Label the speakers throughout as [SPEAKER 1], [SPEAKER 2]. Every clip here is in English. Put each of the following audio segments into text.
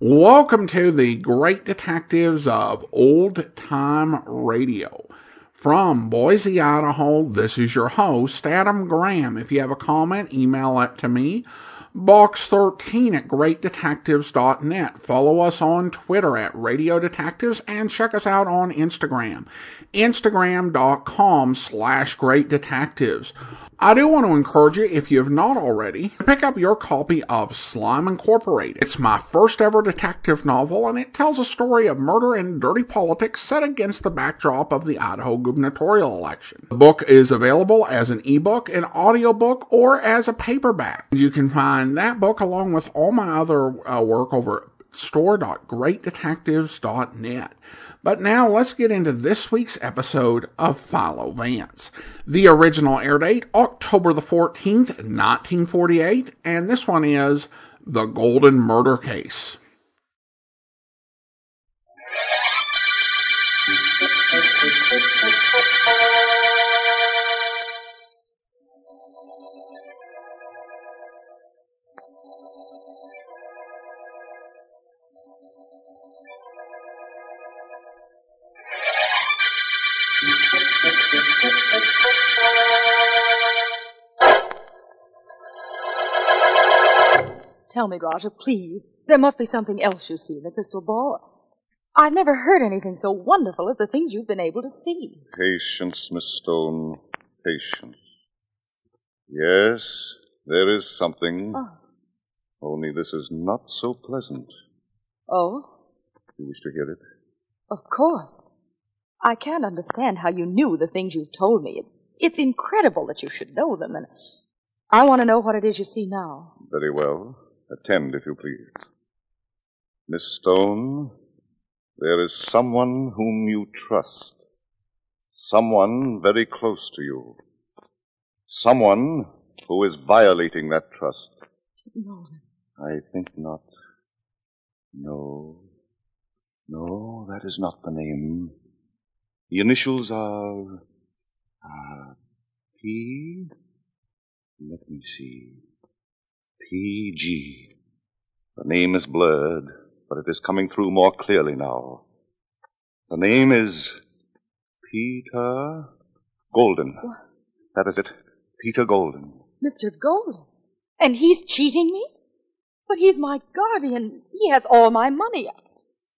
[SPEAKER 1] Welcome to the great detectives of old time radio. From Boise, Idaho, this is your host, Adam Graham. If you have a comment, email it to me, box13 at greatdetectives.net. Follow us on Twitter at Radio Detectives and check us out on Instagram, instagram.com slash great detectives. I do want to encourage you, if you have not already, to pick up your copy of Slime Incorporated. It's my first ever detective novel, and it tells a story of murder and dirty politics set against the backdrop of the Idaho gubernatorial election. The book is available as an ebook, an audiobook, or as a paperback. You can find that book along with all my other uh, work over at store.greatdetectives.net. But now let's get into this week's episode of Philo Vance. The original air date, October the 14th, 1948, and this one is The Golden Murder Case.
[SPEAKER 2] Tell me, Roger, please. There must be something else you see in the crystal ball. I've never heard anything so wonderful as the things you've been able to see.
[SPEAKER 3] Patience, Miss Stone. Patience. Yes, there is something.
[SPEAKER 2] Oh.
[SPEAKER 3] Only this is not so pleasant.
[SPEAKER 2] Oh,
[SPEAKER 3] You wish to hear it?
[SPEAKER 2] of course. I can't understand how you knew the things you've told me. It, it's incredible that you should know them, and I want to know what it is you see now.
[SPEAKER 3] Very well. Attend, if you please. Miss Stone, there is someone whom you trust. Someone very close to you. Someone who is violating that trust.
[SPEAKER 2] Didn't know this.
[SPEAKER 3] I think not. No. No, that is not the name. The initials are. Uh, P. Let me see. PG. The name is blurred, but it is coming through more clearly now. The name is. Peter Golden. That is it. Peter Golden.
[SPEAKER 2] Mr. Golden. And he's cheating me? But he's my guardian. He has all my money.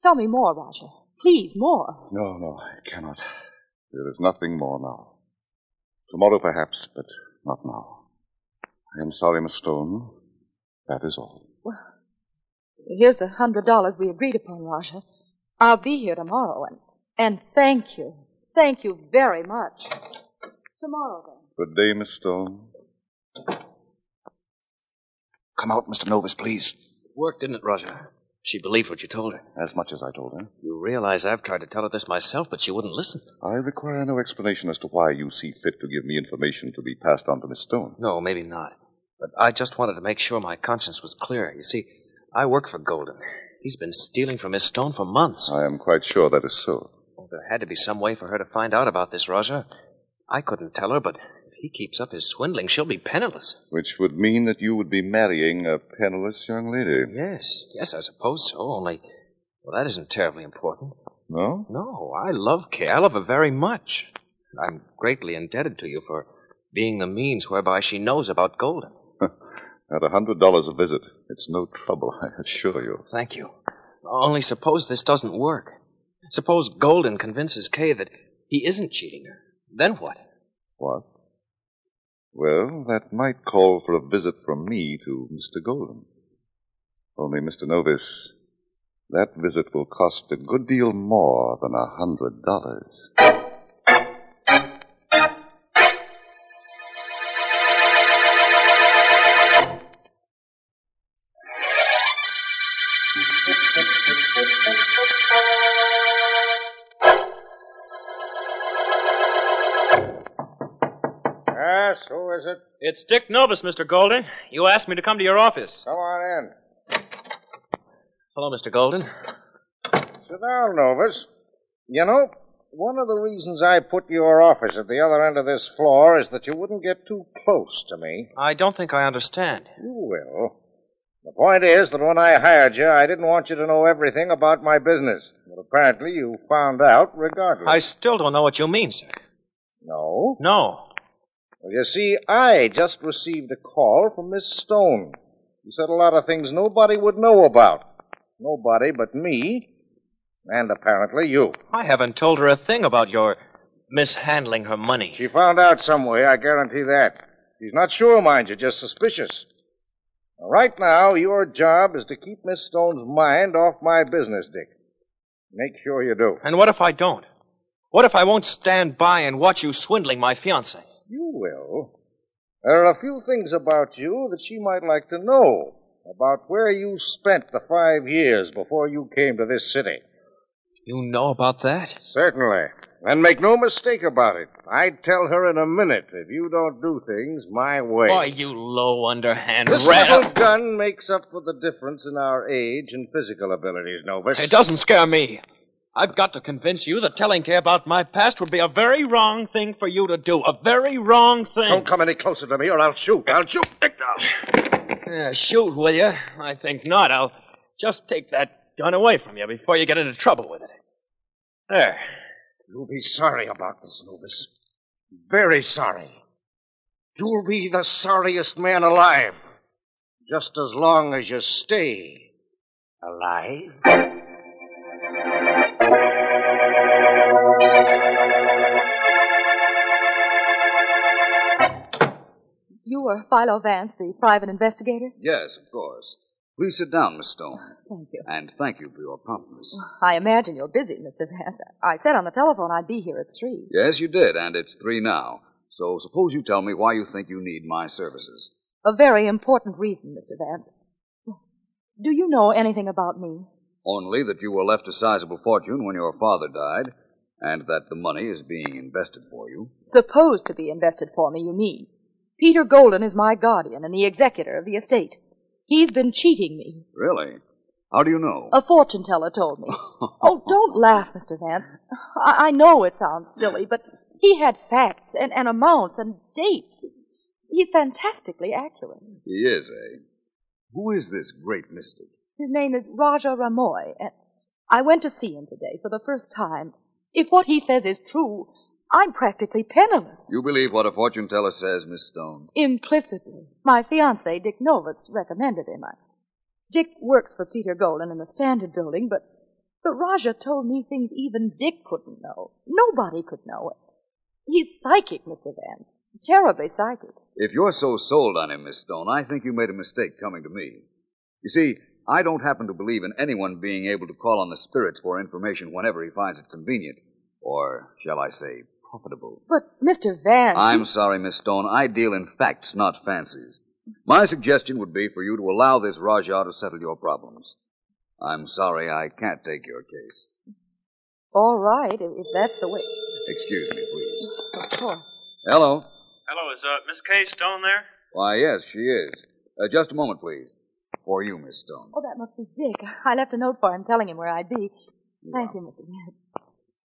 [SPEAKER 2] Tell me more, Roger. Please, more.
[SPEAKER 3] No, no, I cannot. There is nothing more now. Tomorrow, perhaps, but not now. I am sorry, Miss Stone. That is all.
[SPEAKER 2] Here's the hundred dollars we agreed upon, Roger. I'll be here tomorrow, and, and thank you. Thank you very much. Tomorrow, then.
[SPEAKER 3] Good day, Miss Stone. Come out, Mr. Novus, please.
[SPEAKER 4] worked, didn't it, Roger? She believed what you told her.
[SPEAKER 3] As much as I told her.
[SPEAKER 4] You realize I've tried to tell her this myself, but she wouldn't listen.
[SPEAKER 3] I require no explanation as to why you see fit to give me information to be passed on to Miss Stone.
[SPEAKER 4] No, maybe not. But I just wanted to make sure my conscience was clear. You see, I work for Golden. He's been stealing from Miss Stone for months.
[SPEAKER 3] I am quite sure that is so.
[SPEAKER 4] Well, there had to be some way for her to find out about this, Roger. I couldn't tell her, but if he keeps up his swindling, she'll be penniless.
[SPEAKER 3] Which would mean that you would be marrying a penniless young lady.
[SPEAKER 4] Yes, yes, I suppose so. Only, well, that isn't terribly important.
[SPEAKER 3] No?
[SPEAKER 4] No, I love Kay. I love her very much. I'm greatly indebted to you for being the means whereby she knows about Golden.
[SPEAKER 3] At a hundred dollars a visit, it's no trouble, I assure you.
[SPEAKER 4] Thank you. Only suppose this doesn't work. Suppose Golden convinces Kay that he isn't cheating her. Then what?
[SPEAKER 3] What? Well, that might call for a visit from me to Mr. Golden. Only, Mr. Novis, that visit will cost a good deal more than a hundred dollars.
[SPEAKER 5] Yes, who is it?
[SPEAKER 6] It's Dick Novus, Mr. Golden. You asked me to come to your office.
[SPEAKER 5] Come on in.
[SPEAKER 4] Hello, Mr. Golden.
[SPEAKER 5] Sit down, Novus. You know, one of the reasons I put your office at the other end of this floor is that you wouldn't get too close to me.
[SPEAKER 4] I don't think I understand.
[SPEAKER 5] You will.
[SPEAKER 7] The point is that when I hired you, I didn't want you to know everything about my business. But apparently you found out regardless.
[SPEAKER 4] I still don't know what you mean, sir.
[SPEAKER 7] No.
[SPEAKER 4] No.
[SPEAKER 7] Well, you see, I just received a call from Miss Stone. She said a lot of things nobody would know about. Nobody but me, and apparently you.
[SPEAKER 4] I haven't told her a thing about your mishandling her money.
[SPEAKER 7] She found out some way, I guarantee that. She's not sure, mind you, just suspicious. Now, Right now, your job is to keep Miss Stone's mind off my business, Dick. Make sure you do.
[SPEAKER 4] And what if I don't? What if I won't stand by and watch you swindling my fiancée?
[SPEAKER 7] You will. There are a few things about you that she might like to know about where you spent the five years before you came to this city.
[SPEAKER 4] You know about that?
[SPEAKER 7] Certainly. And make no mistake about it. I'd tell her in a minute if you don't do things my way.
[SPEAKER 4] Why, you low, underhand
[SPEAKER 7] This little
[SPEAKER 4] rat.
[SPEAKER 7] gun makes up for the difference in our age and physical abilities, Novus.
[SPEAKER 4] It doesn't scare me. I've got to convince you that telling Kay about my past would be a very wrong thing for you to do. A very wrong thing.
[SPEAKER 7] Don't come any closer to me or I'll shoot. I'll shoot. Victor.
[SPEAKER 4] Yeah, shoot, will you? I think not. I'll just take that gun away from you before you get into trouble with it. There.
[SPEAKER 7] You'll be sorry about this, Novus. Very sorry. You'll be the sorriest man alive. Just as long as you stay alive.
[SPEAKER 2] You were Philo Vance, the private investigator?
[SPEAKER 3] Yes, of course. Please sit down, Miss Stone.
[SPEAKER 2] Thank you.
[SPEAKER 3] And thank you for your promptness.
[SPEAKER 2] I imagine you're busy, Mr. Vance. I said on the telephone I'd be here at three.
[SPEAKER 3] Yes, you did, and it's three now. So suppose you tell me why you think you need my services.
[SPEAKER 2] A very important reason, Mr. Vance. Do you know anything about me?
[SPEAKER 3] Only that you were left a sizable fortune when your father died, and that the money is being invested for you.
[SPEAKER 2] Supposed to be invested for me, you mean. Peter Golden is my guardian and the executor of the estate. He's been cheating me.
[SPEAKER 3] Really? How do you know?
[SPEAKER 2] A fortune teller told me. oh, don't laugh, Mr. Vance. I, I know it sounds silly, but he had facts and, and amounts and dates. He's fantastically accurate.
[SPEAKER 3] He is, eh? Who is this great mystic?
[SPEAKER 2] His name is Raja Ramoy, and I went to see him today for the first time. If what he says is true, I'm practically penniless.
[SPEAKER 3] You believe what a fortune teller says, Miss Stone?
[SPEAKER 2] Implicitly. My fiance, Dick Novitz, recommended him. I... Dick works for Peter Golden in the Standard Building, but the Raja told me things even Dick couldn't know. Nobody could know it. He's psychic, Mr. Vance. Terribly psychic.
[SPEAKER 3] If you're so sold on him, Miss Stone, I think you made a mistake coming to me. You see, I don't happen to believe in anyone being able to call on the spirits for information whenever he finds it convenient, or shall I say, profitable.
[SPEAKER 2] But, Mr. Vance.
[SPEAKER 3] I'm sorry, Miss Stone. I deal in facts, not fancies. My suggestion would be for you to allow this Rajah to settle your problems. I'm sorry I can't take your case.
[SPEAKER 2] All right, if if that's the way.
[SPEAKER 3] Excuse me, please.
[SPEAKER 2] Of course.
[SPEAKER 3] Hello?
[SPEAKER 4] Hello, is uh, Miss Kay Stone there?
[SPEAKER 3] Why, yes, she is. Uh, just a moment, please. For you, Miss Stone.
[SPEAKER 2] Oh, that must be Dick. I left a note for him telling him where I'd be. Thank you, Mr. Vance.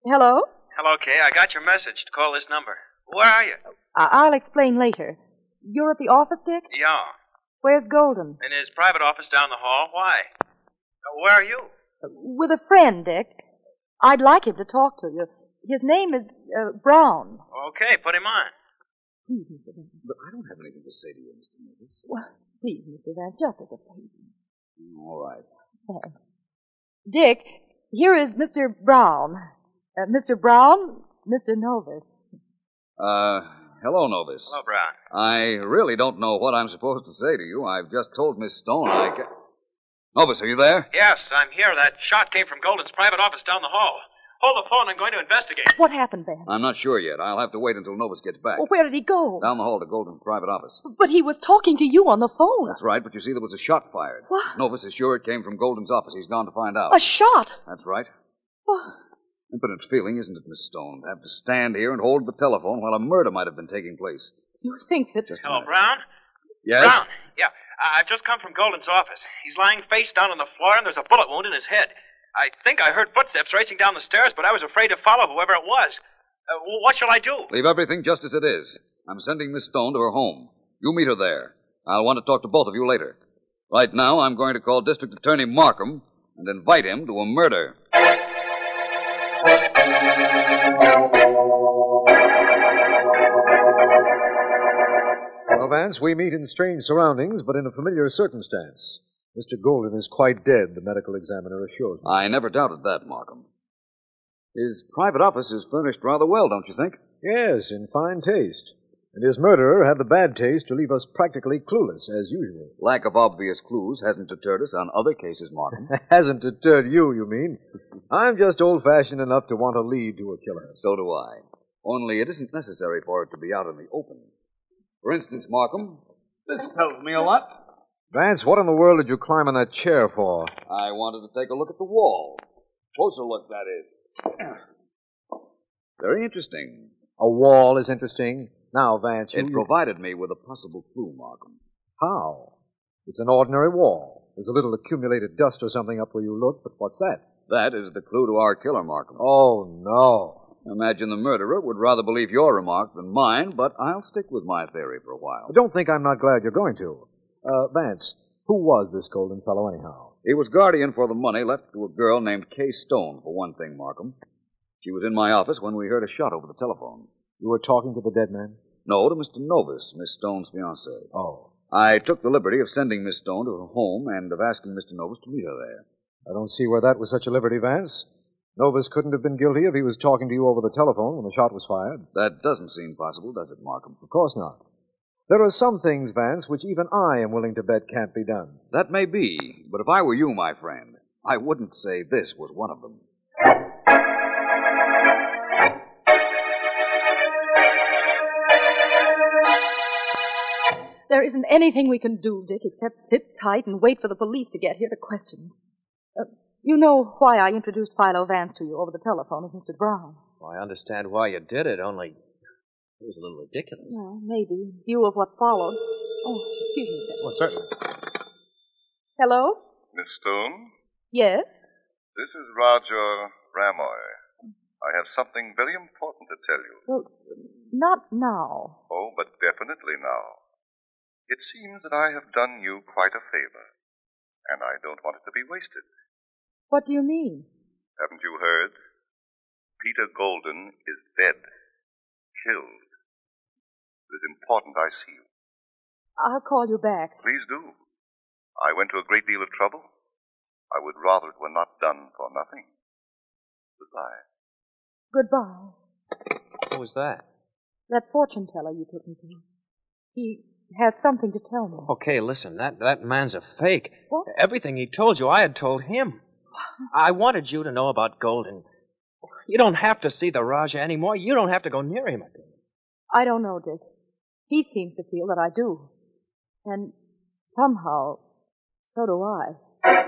[SPEAKER 2] Hello?
[SPEAKER 4] Hello, Kay. I got your message to call this number. Where are you?
[SPEAKER 2] I- I'll explain later. You're at the office, Dick?
[SPEAKER 4] Yeah,
[SPEAKER 2] Where's Golden?
[SPEAKER 4] in his private office down the hall. Why? Uh, where are you?
[SPEAKER 2] With a friend, Dick. I'd like him to talk to you. His name is uh, Brown.
[SPEAKER 4] Okay, put him on.
[SPEAKER 2] Please, Mr. Vance.
[SPEAKER 3] But I don't have anything to say to you, Mr. Davis.
[SPEAKER 2] Well, Please, Mr. Vance, just as a favor.
[SPEAKER 3] All right.
[SPEAKER 2] Thanks. Dick, here is Mr. Brown. Uh, Mr. Brown, Mr. Novus.
[SPEAKER 3] Uh, hello, Novus.
[SPEAKER 4] Hello, Oh, Brown.
[SPEAKER 3] I really don't know what I'm supposed to say to you. I've just told Miss Stone I ca- Novus, are you there?
[SPEAKER 4] Yes, I'm here. That shot came from Golden's private office down the hall. Hold the phone. I'm going to investigate.
[SPEAKER 2] What happened, Vance?
[SPEAKER 3] I'm not sure yet. I'll have to wait until Novus gets back.
[SPEAKER 2] Well, where did he go?
[SPEAKER 3] Down the hall to Golden's private office.
[SPEAKER 2] But he was talking to you on the phone.
[SPEAKER 3] That's right, but you see, there was a shot fired.
[SPEAKER 2] What?
[SPEAKER 3] Novus is sure it came from Golden's office. He's gone to find out.
[SPEAKER 2] A shot.
[SPEAKER 3] That's right.
[SPEAKER 2] Well,
[SPEAKER 3] Impotent feeling, isn't it, Miss Stone? To have to stand here and hold the telephone while a murder might have been taking place.
[SPEAKER 2] you think that.
[SPEAKER 3] Just a
[SPEAKER 4] Hello,
[SPEAKER 3] minute.
[SPEAKER 4] Brown?
[SPEAKER 3] Yes?
[SPEAKER 4] Brown, yeah. I- I've just come from Golden's office. He's lying face down on the floor, and there's a bullet wound in his head. I think I heard footsteps racing down the stairs, but I was afraid to follow whoever it was. Uh, wh- what shall I do?
[SPEAKER 3] Leave everything just as it is. I'm sending Miss Stone to her home. You meet her there. I'll want to talk to both of you later. Right now, I'm going to call District Attorney Markham and invite him to a murder.
[SPEAKER 7] Well, Vance, we meet in strange surroundings, but in a familiar circumstance. Mr. Golden is quite dead, the medical examiner assures me.
[SPEAKER 3] I never doubted that, Markham. His private office is furnished rather well, don't you think?
[SPEAKER 7] Yes, in fine taste. And his murderer had the bad taste to leave us practically clueless, as usual.
[SPEAKER 3] Lack of obvious clues hasn't deterred us on other cases, Markham.
[SPEAKER 7] Hasn't deterred you, you mean? I'm just old fashioned enough to want a lead to a killer.
[SPEAKER 3] so do I. Only it isn't necessary for it to be out in the open. For instance, Markham, this tells me a lot.
[SPEAKER 7] Vance, what in the world did you climb on that chair for?
[SPEAKER 3] I wanted to take a look at the wall. Closer look, that is. Very interesting.
[SPEAKER 7] A wall is interesting. Now, Vance, you.
[SPEAKER 3] It provided me with a possible clue, Markham.
[SPEAKER 7] How? It's an ordinary wall. There's a little accumulated dust or something up where you look, but what's that?
[SPEAKER 3] That is the clue to our killer, Markham.
[SPEAKER 7] Oh, no.
[SPEAKER 3] Imagine the murderer would rather believe your remark than mine, but I'll stick with my theory for a while.
[SPEAKER 7] Don't think I'm not glad you're going to. Uh, Vance, who was this golden fellow, anyhow?
[SPEAKER 3] He was guardian for the money left to a girl named Kay Stone, for one thing, Markham. She was in my office when we heard a shot over the telephone.
[SPEAKER 7] You were talking to the dead man?
[SPEAKER 3] No, to Mr. Novus, Miss Stone's fiance.
[SPEAKER 7] Oh,
[SPEAKER 3] I took the liberty of sending Miss Stone to her home and of asking Mr. Novus to meet her there.
[SPEAKER 7] I don't see where that was such a liberty, Vance. Novus couldn't have been guilty if he was talking to you over the telephone when the shot was fired.
[SPEAKER 3] That doesn't seem possible, does it, Markham?
[SPEAKER 7] Of course not. There are some things, Vance, which even I am willing to bet can't be done.
[SPEAKER 3] That may be, but if I were you, my friend, I wouldn't say this was one of them.
[SPEAKER 2] There isn't anything we can do, Dick, except sit tight and wait for the police to get here to question us. Uh, you know why I introduced Philo Vance to you over the telephone as Mr. Brown.
[SPEAKER 4] Well, I understand why you did it, only it was a little ridiculous.
[SPEAKER 2] Well, maybe in view of what followed. Oh, excuse me. a
[SPEAKER 7] Well, certainly.
[SPEAKER 2] sec. Hello?
[SPEAKER 8] Miss Stone,
[SPEAKER 2] Yes?
[SPEAKER 8] this is Roger Ramoy. I have something very important to tell you.
[SPEAKER 2] Well, not now.
[SPEAKER 8] Oh, but definitely now. It seems that I have done you quite a favor, and I don't want it to be wasted.
[SPEAKER 2] What do you mean?
[SPEAKER 8] Haven't you heard? Peter Golden is dead, killed. It is important I see you.
[SPEAKER 2] I'll call you back.
[SPEAKER 8] Please do. I went to a great deal of trouble. I would rather it were not done for nothing. Goodbye.
[SPEAKER 2] Goodbye.
[SPEAKER 4] Who was that?
[SPEAKER 2] That fortune teller you took me to. He has something to tell me.
[SPEAKER 4] Okay, listen, that, that man's a fake.
[SPEAKER 2] What?
[SPEAKER 4] Everything he told you, I had told him. I wanted you to know about Golden. You don't have to see the Raja anymore. You don't have to go near him again.
[SPEAKER 2] I don't know, Dick. He seems to feel that I do. And somehow, so do I.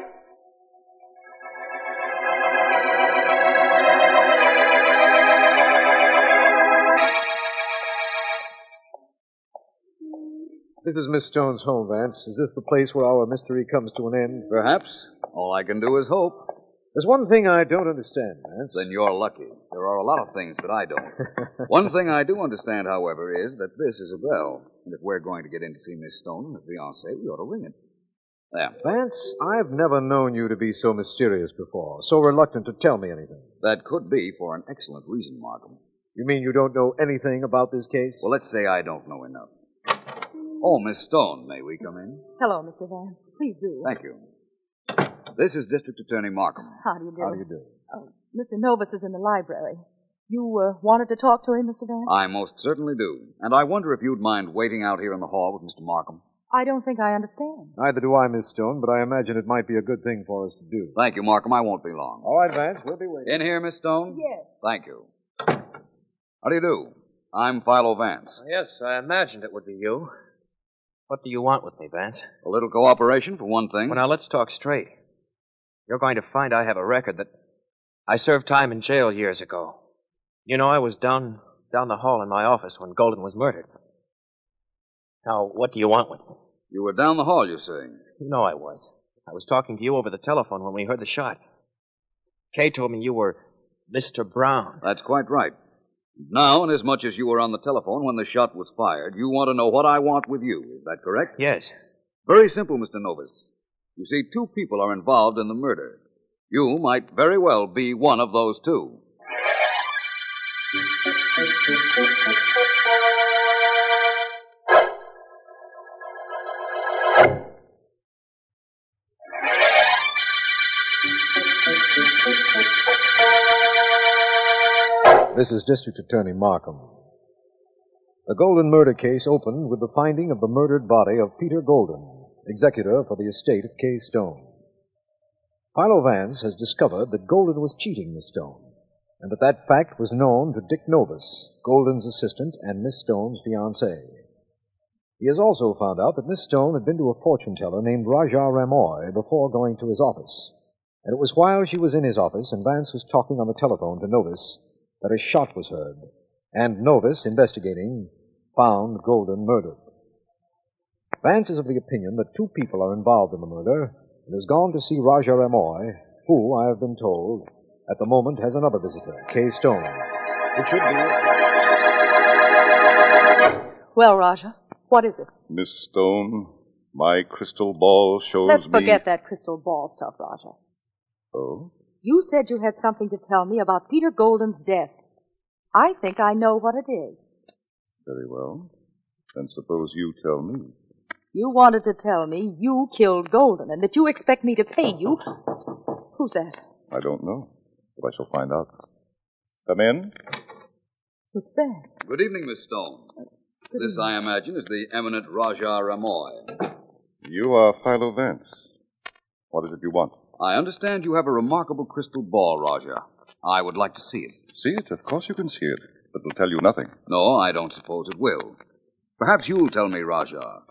[SPEAKER 7] This is Miss Stone's home, Vance. Is this the place where our mystery comes to an end?
[SPEAKER 3] Perhaps. All I can do is hope.
[SPEAKER 7] There's one thing I don't understand, Vance.
[SPEAKER 3] Then you're lucky. There are a lot of things that I don't. One thing I do understand, however, is that this is a bell. And if we're going to get in to see Miss Stone and her fiancée, we ought to ring it. There.
[SPEAKER 7] Vance, I've never known you to be so mysterious before, so reluctant to tell me anything.
[SPEAKER 3] That could be for an excellent reason, Markham.
[SPEAKER 7] You mean you don't know anything about this case?
[SPEAKER 3] Well, let's say I don't know enough. Oh, Miss Stone, may we come in?
[SPEAKER 2] Hello, Mr. Vance. Please do.
[SPEAKER 3] Thank you. This is District Attorney Markham.
[SPEAKER 2] How do you do?
[SPEAKER 7] How do you do?
[SPEAKER 2] Oh, Mr. Novus is in the library. You uh, wanted to talk to him, Mr. Vance?
[SPEAKER 3] I most certainly do. And I wonder if you'd mind waiting out here in the hall with Mr. Markham.
[SPEAKER 2] I don't think I understand.
[SPEAKER 7] Neither do I, Miss Stone, but I imagine it might be a good thing for us to do.
[SPEAKER 3] Thank you, Markham. I won't be long.
[SPEAKER 7] All right, Vance, we'll be waiting.
[SPEAKER 3] In here, Miss Stone?
[SPEAKER 2] Yes.
[SPEAKER 3] Thank you. How do you do? I'm Philo Vance.
[SPEAKER 4] Yes, I imagined it would be you. What do you want with me, Vance?
[SPEAKER 3] A little cooperation, for one
[SPEAKER 7] Hmm?
[SPEAKER 3] thing.
[SPEAKER 4] Well, now let's talk straight. You're going to find I have a record that I served time in jail years ago. You know, I was down down the hall in my office when Golden was murdered. Now, what do you want with me?
[SPEAKER 3] You were down the hall, you say?
[SPEAKER 4] You know I was. I was talking to you over the telephone when we heard the shot. Kay told me you were Mr. Brown.
[SPEAKER 3] That's quite right. Now, inasmuch as you were on the telephone when the shot was fired, you want to know what I want with you. Is that correct?
[SPEAKER 4] Yes.
[SPEAKER 3] Very simple, Mr. Novus. You see, two people are involved in the murder. You might very well be one of those two.
[SPEAKER 7] This is District Attorney Markham. The Golden murder case opened with the finding of the murdered body of Peter Golden, executor for the estate of Kay Stone. Philo Vance has discovered that Golden was cheating Miss Stone, and that that fact was known to Dick Novus, Golden's assistant and Miss Stone's fiancé. He has also found out that Miss Stone had been to a fortune teller named Raja Ramoy before going to his office, and it was while she was in his office and Vance was talking on the telephone to Novus that a shot was heard, and Novus, investigating, found Golden murdered. Vance is of the opinion that two people are involved in the murder and has gone to see Raja Ramoy, who, I have been told, at the moment has another visitor, Kay Stone. It should be.
[SPEAKER 2] Well, Raja, what is it?
[SPEAKER 8] Miss Stone, my crystal ball shows
[SPEAKER 2] Let's
[SPEAKER 8] me.
[SPEAKER 2] forget that crystal ball stuff, Raja.
[SPEAKER 8] Oh?
[SPEAKER 2] You said you had something to tell me about Peter Golden's death. I think I know what it is.
[SPEAKER 8] Very well. Then suppose you tell me.
[SPEAKER 2] You wanted to tell me you killed Golden and that you expect me to pay you. Who's that?
[SPEAKER 8] I don't know, but I shall find out. Come in.
[SPEAKER 2] It's Vance.
[SPEAKER 3] Good evening, Miss Stone. This, I imagine, is the eminent Raja Ramoy.
[SPEAKER 8] You are Philo Vance. What is it you want?
[SPEAKER 3] I understand you have a remarkable crystal ball, Raja. I would like to see it.
[SPEAKER 8] See it? Of course you can see it. It will tell you nothing.
[SPEAKER 3] No, I don't suppose it will. Perhaps you'll tell me, Rajah.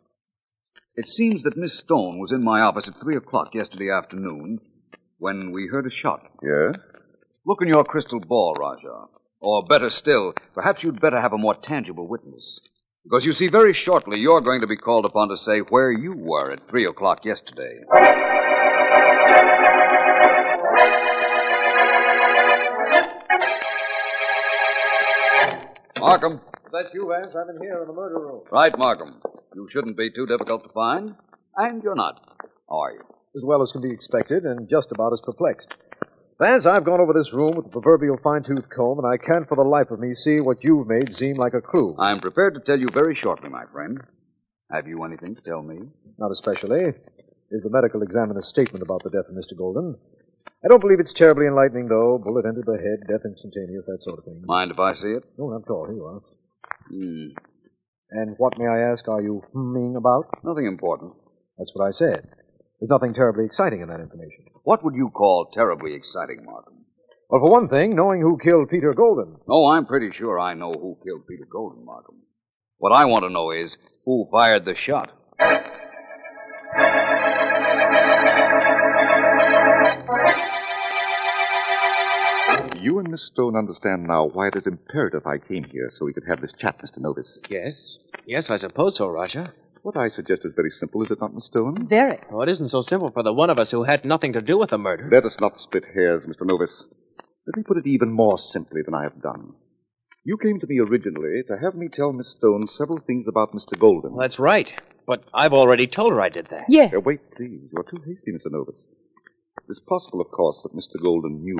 [SPEAKER 3] It seems that Miss Stone was in my office at three o'clock yesterday afternoon when we heard a shot.
[SPEAKER 8] Yes?
[SPEAKER 3] Look in your crystal ball, Rajah. Or better still, perhaps you'd better have a more tangible witness. Because you see, very shortly you're going to be called upon to say where you were at three o'clock yesterday. Markham.
[SPEAKER 7] That's you, Vance. I'm in here in the murder room.
[SPEAKER 3] Right, Markham. You shouldn't be too difficult to find, and you're not. How are you?
[SPEAKER 7] As well as can be expected, and just about as perplexed. Vance, I've gone over this room with the proverbial fine tooth comb, and I can't for the life of me see what you've made seem like a clue.
[SPEAKER 3] I'm prepared to tell you very shortly, my friend. Have you anything to tell me?
[SPEAKER 7] Not especially. Is the medical examiner's statement about the death of Mr. Golden. I don't believe it's terribly enlightening, though. Bullet entered the head, death instantaneous, that sort of thing.
[SPEAKER 3] Mind if I see it?
[SPEAKER 7] Oh, not at all. Here you are.
[SPEAKER 3] Hmm.
[SPEAKER 7] And what, may I ask, are you humming about?
[SPEAKER 3] Nothing important.
[SPEAKER 7] That's what I said. There's nothing terribly exciting in that information.
[SPEAKER 3] What would you call terribly exciting, Markham?
[SPEAKER 7] Well, for one thing, knowing who killed Peter Golden.
[SPEAKER 3] Oh, I'm pretty sure I know who killed Peter Golden, Markham. What I want to know is who fired the shot.
[SPEAKER 8] You and Miss Stone understand now why it is imperative I came here so we could have this chat, Mr. Novus.
[SPEAKER 4] Yes? Yes, I suppose so, Raja.
[SPEAKER 8] What I suggest is very simple, is it not, Miss Stone?
[SPEAKER 2] Very.
[SPEAKER 4] Well, it isn't so simple for the one of us who had nothing to do with the murder.
[SPEAKER 8] Let us not split hairs, Mr. Novus. Let me put it even more simply than I have done. You came to me originally to have me tell Miss Stone several things about Mr. Golden.
[SPEAKER 4] Well, That's right. But I've already told her I did that.
[SPEAKER 2] Yeah.
[SPEAKER 8] Uh, wait, please. You're too hasty, Mr. Novus. It's possible, of course, that Mr. Golden knew,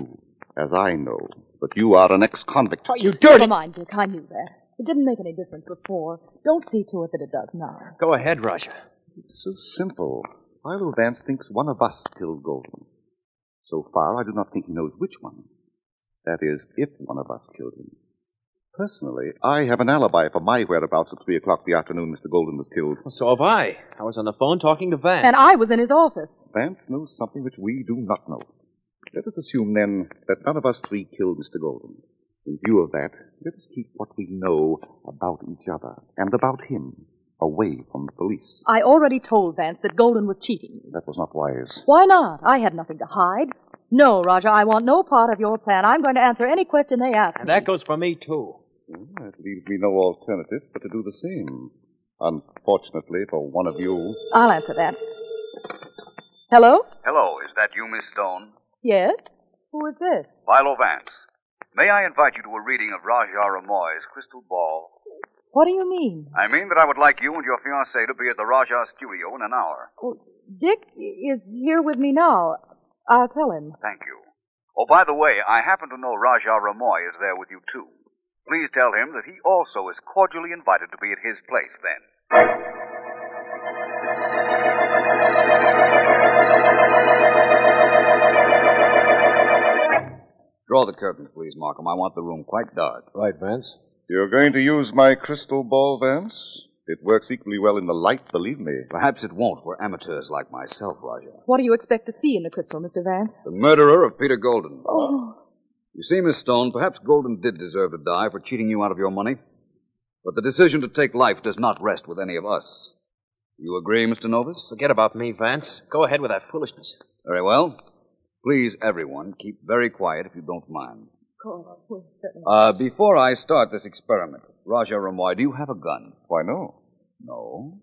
[SPEAKER 8] as I know, that you are an ex-convict.
[SPEAKER 4] you
[SPEAKER 2] Never mind, Dick. I knew that. It didn't make any difference before. Don't see to it that it does now.
[SPEAKER 4] Go ahead, Roger.
[SPEAKER 8] It's so simple. Philo Vance thinks one of us killed Golden. So far, I do not think he knows which one. That is, if one of us killed him. Personally, I have an alibi for my whereabouts at three o'clock the afternoon Mr. Golden was killed.
[SPEAKER 4] Well, so have I. I was on the phone talking to Van.
[SPEAKER 2] And I was in his office.
[SPEAKER 8] Vance knows something which we do not know. Let us assume, then, that none of us three killed Mr. Golden. In view of that, let us keep what we know about each other and about him away from the police.
[SPEAKER 2] I already told Vance that Golden was cheating me.
[SPEAKER 8] That was not wise.
[SPEAKER 2] Why not? I had nothing to hide. No, Roger, I want no part of your plan. I'm going to answer any question they ask.
[SPEAKER 4] And that goes for me, too.
[SPEAKER 8] Well, that leaves me no alternative but to do the same. Unfortunately for one of you,
[SPEAKER 2] I'll answer that. Hello?
[SPEAKER 3] Hello, is that you, Miss Stone?
[SPEAKER 2] Yes? Who is this?
[SPEAKER 3] Philo Vance. May I invite you to a reading of Raja Ramoy's Crystal Ball?
[SPEAKER 2] What do you mean?
[SPEAKER 3] I mean that I would like you and your fiancée to be at the Rajah studio in an hour.
[SPEAKER 2] Well, Oh, Dick is here with me now. I'll tell him.
[SPEAKER 3] Thank you. Oh, by the way, I happen to know Rajah Ramoy is there with you, too. Please tell him that he also is cordially invited to be at his place then. Draw the curtains, please, Markham. I want the room quite dark.
[SPEAKER 7] Right, Vance.
[SPEAKER 8] You're going to use my crystal ball, Vance? It works equally well in the light, believe me.
[SPEAKER 3] Perhaps it won't for amateurs like myself, Roger.
[SPEAKER 2] What do you expect to see in the crystal, Mr. Vance?
[SPEAKER 3] The murderer of Peter Golden.
[SPEAKER 2] Oh,
[SPEAKER 3] You see, Miss Stone, perhaps Golden did deserve to die for cheating you out of your money. But the decision to take life does not rest with any of us. You agree, Mr. Novus?
[SPEAKER 4] Forget about me, Vance. Go ahead with that foolishness.
[SPEAKER 3] Very well. Please, everyone, keep very quiet if you don't mind.
[SPEAKER 2] of course. Well, certainly.
[SPEAKER 3] Uh, before I start this experiment, Raja Ramoy, do you have a gun?
[SPEAKER 8] Why, no.
[SPEAKER 3] No.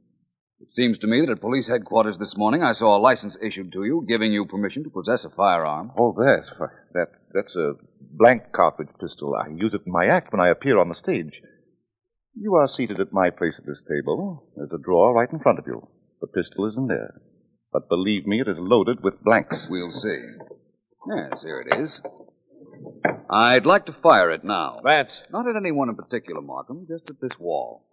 [SPEAKER 3] It seems to me that at police headquarters this morning I saw a license issued to you giving you permission to possess a firearm.
[SPEAKER 8] Oh, that. why, that that's a blank cartridge pistol. I use it in my act when I appear on the stage. You are seated at my place at this table. There's a drawer right in front of you. The pistol is in there. But believe me, it is loaded with blanks.
[SPEAKER 3] We'll see. Yes, here it is. I'd like to fire it now.
[SPEAKER 4] Vance.
[SPEAKER 3] Not at anyone in particular, Markham, just at this wall.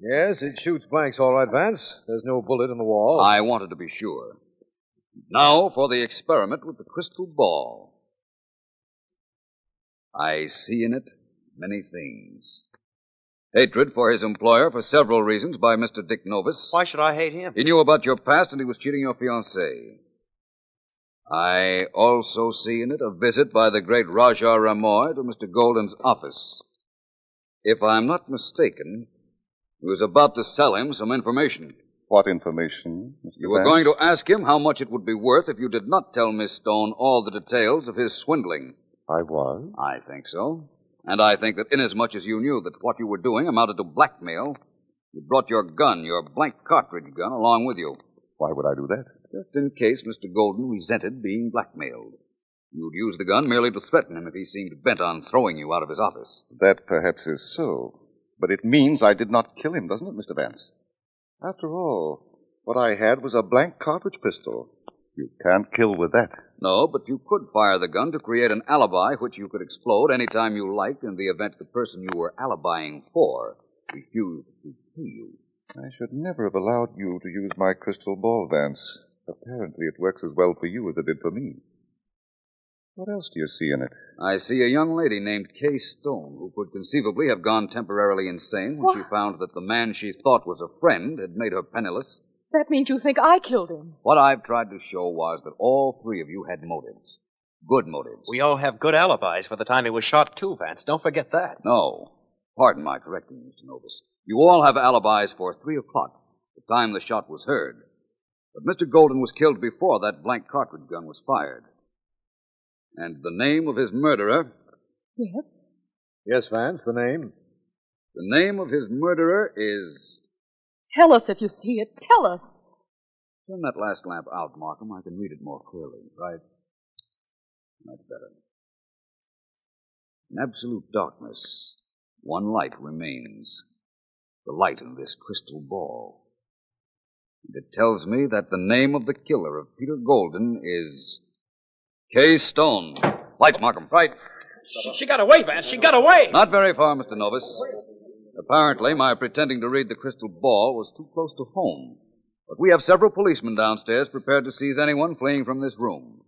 [SPEAKER 7] Yes, it shoots blanks all right, Vance. There's no bullet in the wall.
[SPEAKER 3] I wanted to be sure. Now for the experiment with the crystal ball. I see in it many things. Hatred for his employer for several reasons by Mr. Dick Novus.
[SPEAKER 4] Why should I hate him?
[SPEAKER 3] He knew about your past and he was cheating your fiancée. I also see in it a visit by the great Rajah Ramoy to Mr. Golden's office. If I'm not mistaken, he was about to sell him some information.
[SPEAKER 8] What information? Mr.
[SPEAKER 3] You were
[SPEAKER 8] Vance?
[SPEAKER 3] going to ask him how much it would be worth if you did not tell Miss Stone all the details of his swindling.
[SPEAKER 8] I was.
[SPEAKER 3] I think so. And I think that inasmuch as you knew that what you were doing amounted to blackmail, you brought your gun, your blank cartridge gun, along with you.
[SPEAKER 8] Why would I do that?
[SPEAKER 3] Just in case Mr. Golden resented being blackmailed. You'd use the gun merely to threaten him if he seemed bent on throwing you out of his office.
[SPEAKER 8] That perhaps is so. But it means I did not kill him, doesn't it, Mr. Vance? After all, what I had was a blank cartridge pistol. You can't kill with that.
[SPEAKER 3] No, but you could fire the gun to create an alibi which you could explode any time you liked in the event the person you were alibying for refused to pay you.
[SPEAKER 8] I should never have allowed you to use my crystal ball, Vance. Apparently, it works as well for you as it did for me. What else do you see in it?
[SPEAKER 3] I see a young lady named Kay Stone who could conceivably have gone temporarily insane when she found that the man she thought was a friend had made her penniless.
[SPEAKER 2] that means you think I killed him.
[SPEAKER 3] What I've tried to show was that all three of you had motives. Good motives.
[SPEAKER 4] We all have good alibis for the time he was shot, too, Vance. Don't forget that.
[SPEAKER 3] No. Pardon my correcting, you, Mr. Novus. You all have alibis for three o'clock, the time the shot was heard. But Mr. Golden was killed before that blank cartridge gun was fired. And the name of his murderer,
[SPEAKER 2] Yes?
[SPEAKER 7] Yes, Vance, the name.
[SPEAKER 3] the name of his murderer is.
[SPEAKER 2] Tell us if you see it. Tell us.
[SPEAKER 3] Turn that last lamp out, Markham. I can read it more clearly. Right. That's better. In absolute darkness, one light remains. The light in this crystal ball. And it tells me that the name of the killer of Peter Golden is K. Stone. Lights, Markham. Right.
[SPEAKER 6] She got away, Vance. She got away.
[SPEAKER 3] Not very far, Mr. Novus. Apparently, my pretending to read the crystal ball was too close to home. But we have several policemen downstairs prepared to seize anyone fleeing from this room.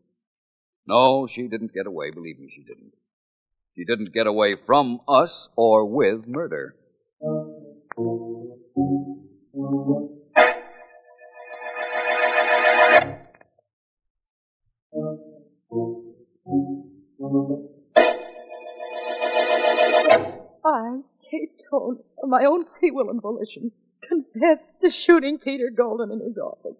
[SPEAKER 3] No, she didn't get away. Believe me, she didn't. She didn't get away from us or with murder.
[SPEAKER 2] I, Kay Stone, of my own free will and volition, confessed to shooting Peter Golden in his office.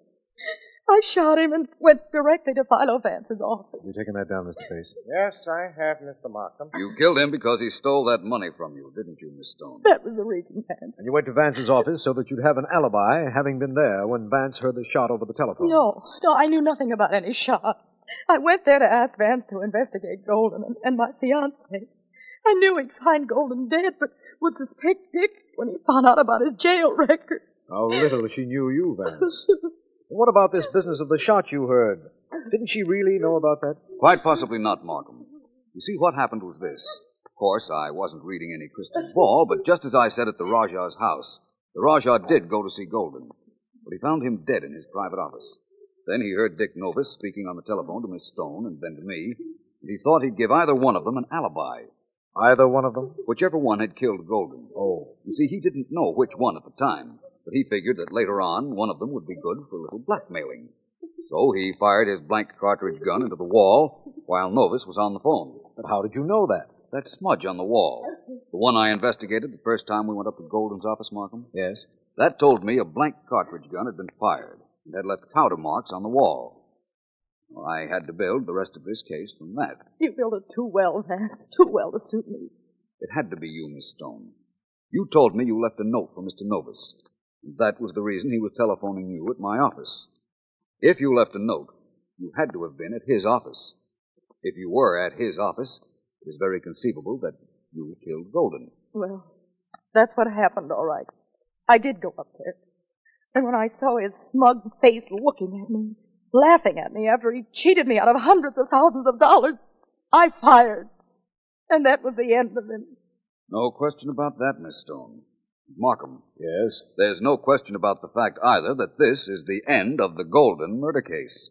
[SPEAKER 2] I shot him and went directly to Philo Vance's office.
[SPEAKER 7] You taking that down, Mr. Pace?
[SPEAKER 5] Yes, I have, Mr. Markham.
[SPEAKER 3] You killed him because he stole that money from you, didn't you, Miss Stone?
[SPEAKER 2] That was the reason, Vance.
[SPEAKER 7] And you went to Vance's office so that you'd have an alibi, having been there when Vance heard the shot over the telephone.
[SPEAKER 2] No, no, I knew nothing about any shot. I went there to ask Vance to investigate Golden and, and my fiancé. I knew he'd find Golden dead, but would suspect Dick when he found out about his jail record.
[SPEAKER 7] How little she knew you, Vance. What about this business of the shot you heard? Didn't she really know about that?
[SPEAKER 3] Quite possibly not, Markham. You see, what happened was this. Of course, I wasn't reading any crystal ball, but just as I said at the Rajah's house, the Rajah did go to see Golden. But he found him dead in his private office. Then he heard Dick Novus speaking on the telephone to Miss Stone and then to me, and he thought he'd give either one of them an alibi.
[SPEAKER 7] Either one of them?
[SPEAKER 3] Whichever one had killed Golden.
[SPEAKER 7] Oh.
[SPEAKER 3] You see, he didn't know which one at the time, but he figured that later on one of them would be good for a little blackmailing. So he fired his blank cartridge gun into the wall while Novus was on the phone.
[SPEAKER 7] But how did you know that?
[SPEAKER 3] That smudge on the wall, the one I investigated the first time we went up to Golden's office, Markham,
[SPEAKER 7] Yes.
[SPEAKER 3] that told me a blank cartridge gun had been fired and had left powder marks on the wall. Well, I had to build the rest of this case from that.
[SPEAKER 2] You built it too well, Vance, too well to suit me.
[SPEAKER 3] It had to be you, Miss Stone. You told me you left a note for Mr. Novus. And that was the reason he was telephoning you at my office. If you left a note, you had to have been at his office. If you were at his office, it is very conceivable that you killed Golden.
[SPEAKER 2] Well, that's what happened, all right. I did go up there. And when I saw his smug face looking at me, laughing at me after he cheated me out of hundreds of thousands of dollars, I fired. And that was the end of him.
[SPEAKER 3] No question about that, Miss Stone. Markham,
[SPEAKER 7] Yes.
[SPEAKER 3] there's no question about the fact either that this is the end of the Golden murder case.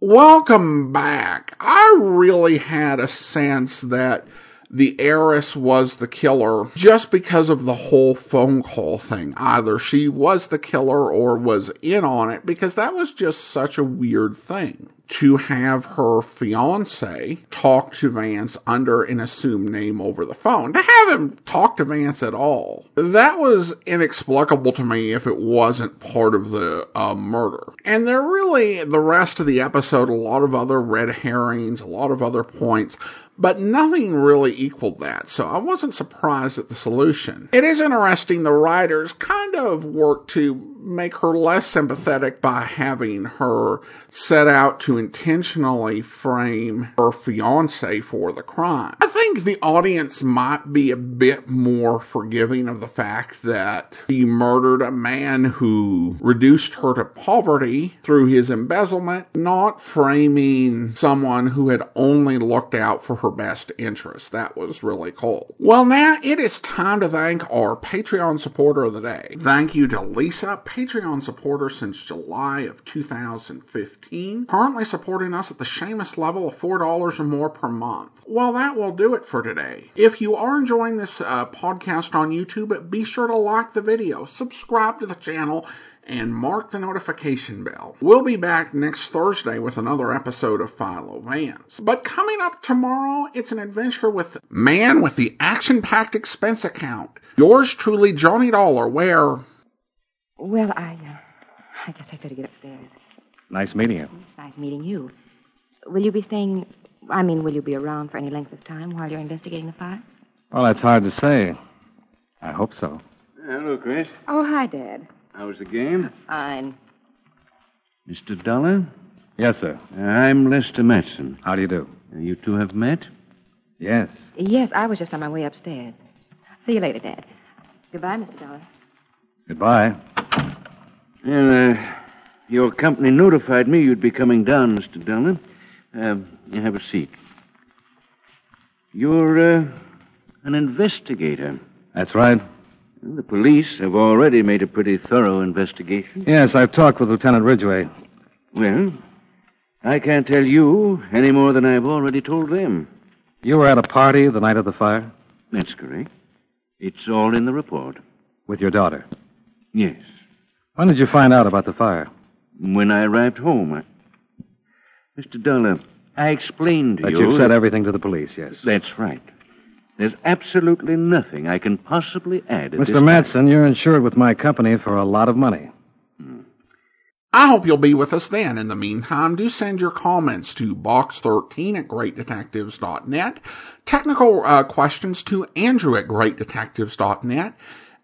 [SPEAKER 1] Welcome back. I really had a sense that the heiress was the killer just because of the whole phone call thing. Either she was the killer or was in on it because that was just such a weird thing to have her fiance talk to Vance under an assumed name over the phone. To have him talk to Vance at all. That was inexplicable to me if it wasn't part of the uh, murder. And there really, the rest of the episode, a lot of other red herrings, a lot of other points but nothing really equaled that, so I wasn't surprised at the solution. It is interesting the writers kind of worked to make her less sympathetic by having her set out to intentionally frame her fiance for the crime. I think the audience might be a bit more forgiving of the fact that she murdered a man who reduced her to poverty through his embezzlement, not framing someone who had only looked out for her her best interest. That was really cool. Well, now it is time to thank our Patreon supporter of the day. Thank you to Lisa, Patreon supporter since July of 2015, currently supporting us at the Seamus level of $4 or more per month. Well, that will do it for today. If you are enjoying this uh, podcast on YouTube, be sure to like the video, subscribe to the channel, and mark the notification bell. We'll be back next Thursday with another episode of Philo Vance. But coming up tomorrow, it's an adventure with Man with the Action Packed Expense Account. Yours truly, Johnny Dollar, where.
[SPEAKER 9] Well, I, uh, I guess I better get upstairs.
[SPEAKER 10] Nice meeting you.
[SPEAKER 9] It's nice meeting you. Will you be staying? I mean, will you be around for any length of time while you're investigating the fire?
[SPEAKER 10] Well, that's hard to say. I hope so.
[SPEAKER 11] Hello, Chris.
[SPEAKER 9] Oh, hi, Dad.
[SPEAKER 11] How was the game?
[SPEAKER 9] Fine.
[SPEAKER 8] Mr. Dollar?
[SPEAKER 7] Yes, sir.
[SPEAKER 8] I'm Lester Matson.
[SPEAKER 7] How do you do?
[SPEAKER 8] You two have met?
[SPEAKER 7] Yes.
[SPEAKER 9] Yes, I was just on my way upstairs. See you later, Dad. Goodbye, Mr. Dollar.
[SPEAKER 7] Goodbye.
[SPEAKER 8] Well, uh, your company notified me you'd be coming down, Mr. Dollar. Uh, you have a seat. You're uh, an investigator.
[SPEAKER 7] That's right.
[SPEAKER 8] The police have already made a pretty thorough investigation.
[SPEAKER 7] Yes, I've talked with Lieutenant Ridgway.
[SPEAKER 8] Well, I can't tell you any more than I've already told them.
[SPEAKER 7] You were at a party the night of the fire
[SPEAKER 8] That's correct. It's all in the report.
[SPEAKER 7] with your daughter.
[SPEAKER 8] Yes.
[SPEAKER 7] When did you find out about the fire?
[SPEAKER 8] When I arrived home, I... Mr. Dollar, I explained to
[SPEAKER 7] That
[SPEAKER 8] you.
[SPEAKER 7] you've said
[SPEAKER 8] that-
[SPEAKER 7] everything to the police, yes.
[SPEAKER 8] That's right. There's absolutely nothing I can possibly add at this
[SPEAKER 7] Mr.
[SPEAKER 8] time.
[SPEAKER 7] Matson, you're insured with my company for a lot of money.
[SPEAKER 1] I hope you'll be with us then. In the meantime, do send your comments to box13 at greatdetectives.net, technical uh, questions to Andrew at greatdetectives.net,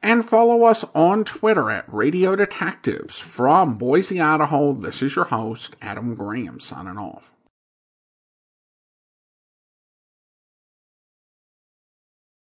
[SPEAKER 1] and follow us on Twitter at Radio Detectives. From Boise, Idaho, this is your host, Adam Graham, signing off.